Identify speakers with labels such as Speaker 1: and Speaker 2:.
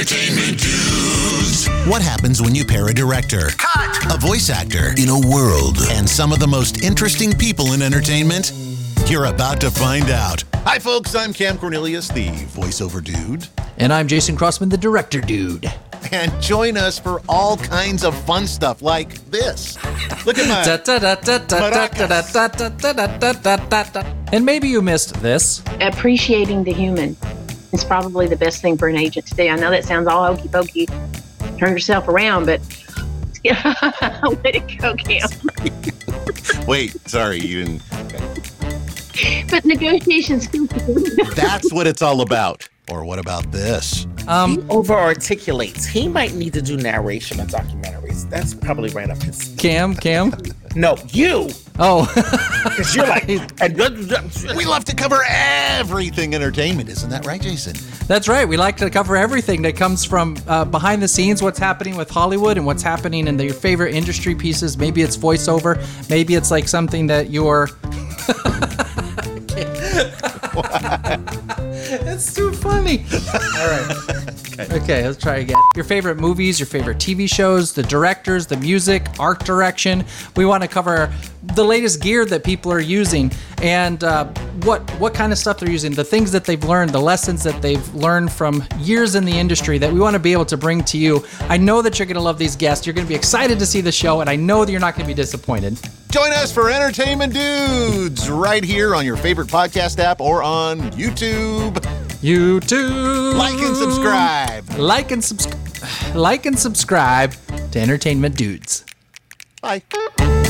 Speaker 1: Entertainment Dudes.
Speaker 2: What happens when you pair a director, a voice actor, in a world, and some of the most interesting people in entertainment? You're about to find out.
Speaker 3: Hi, folks. I'm Cam Cornelius, the voiceover dude.
Speaker 4: And I'm Jason Crossman, the director dude.
Speaker 3: And join us for all kinds of fun stuff like this. Look at my.
Speaker 4: And maybe you missed this.
Speaker 5: appreciating the human is probably the best thing for an agent to do. I know that sounds all hokey pokey, turn yourself around, but way to go, Cam.
Speaker 3: Wait, sorry, you didn't.
Speaker 5: But negotiations,
Speaker 3: That's what it's all about.
Speaker 2: Or what about this?
Speaker 4: Um,
Speaker 6: over articulates. He might need to do narration on documentaries. That's probably right up his.
Speaker 4: Cam, Cam.
Speaker 6: No, you,
Speaker 4: Oh,
Speaker 6: because you're like. and-
Speaker 3: We love to cover everything entertainment.
Speaker 2: Entertainment, isn't that right, Jason?
Speaker 4: that's right. We like to cover everything that comes from uh, behind the scenes, what's happening with Hollywood, and what's happening in your favorite industry pieces. Maybe it's voiceover. Maybe it's like something that you're. That's too funny. All right. Okay, let's try again. Your favorite movies, your favorite TV shows, the directors, the music, art direction. We want to cover the latest gear that people are using and uh, what what kind of stuff they're using, the things that they've learned, the lessons that they've learned from years in the industry that we want to be able to bring to you. I know that you're going to love these guests. You're going to be excited to see the show, and I know that you're not going to be disappointed.
Speaker 3: Join us for Entertainment Dudes right here on your favorite podcast app or on YouTube.
Speaker 4: You too.
Speaker 3: Like and subscribe.
Speaker 4: Like and subscribe. Like and subscribe to Entertainment Dudes.
Speaker 3: Bye.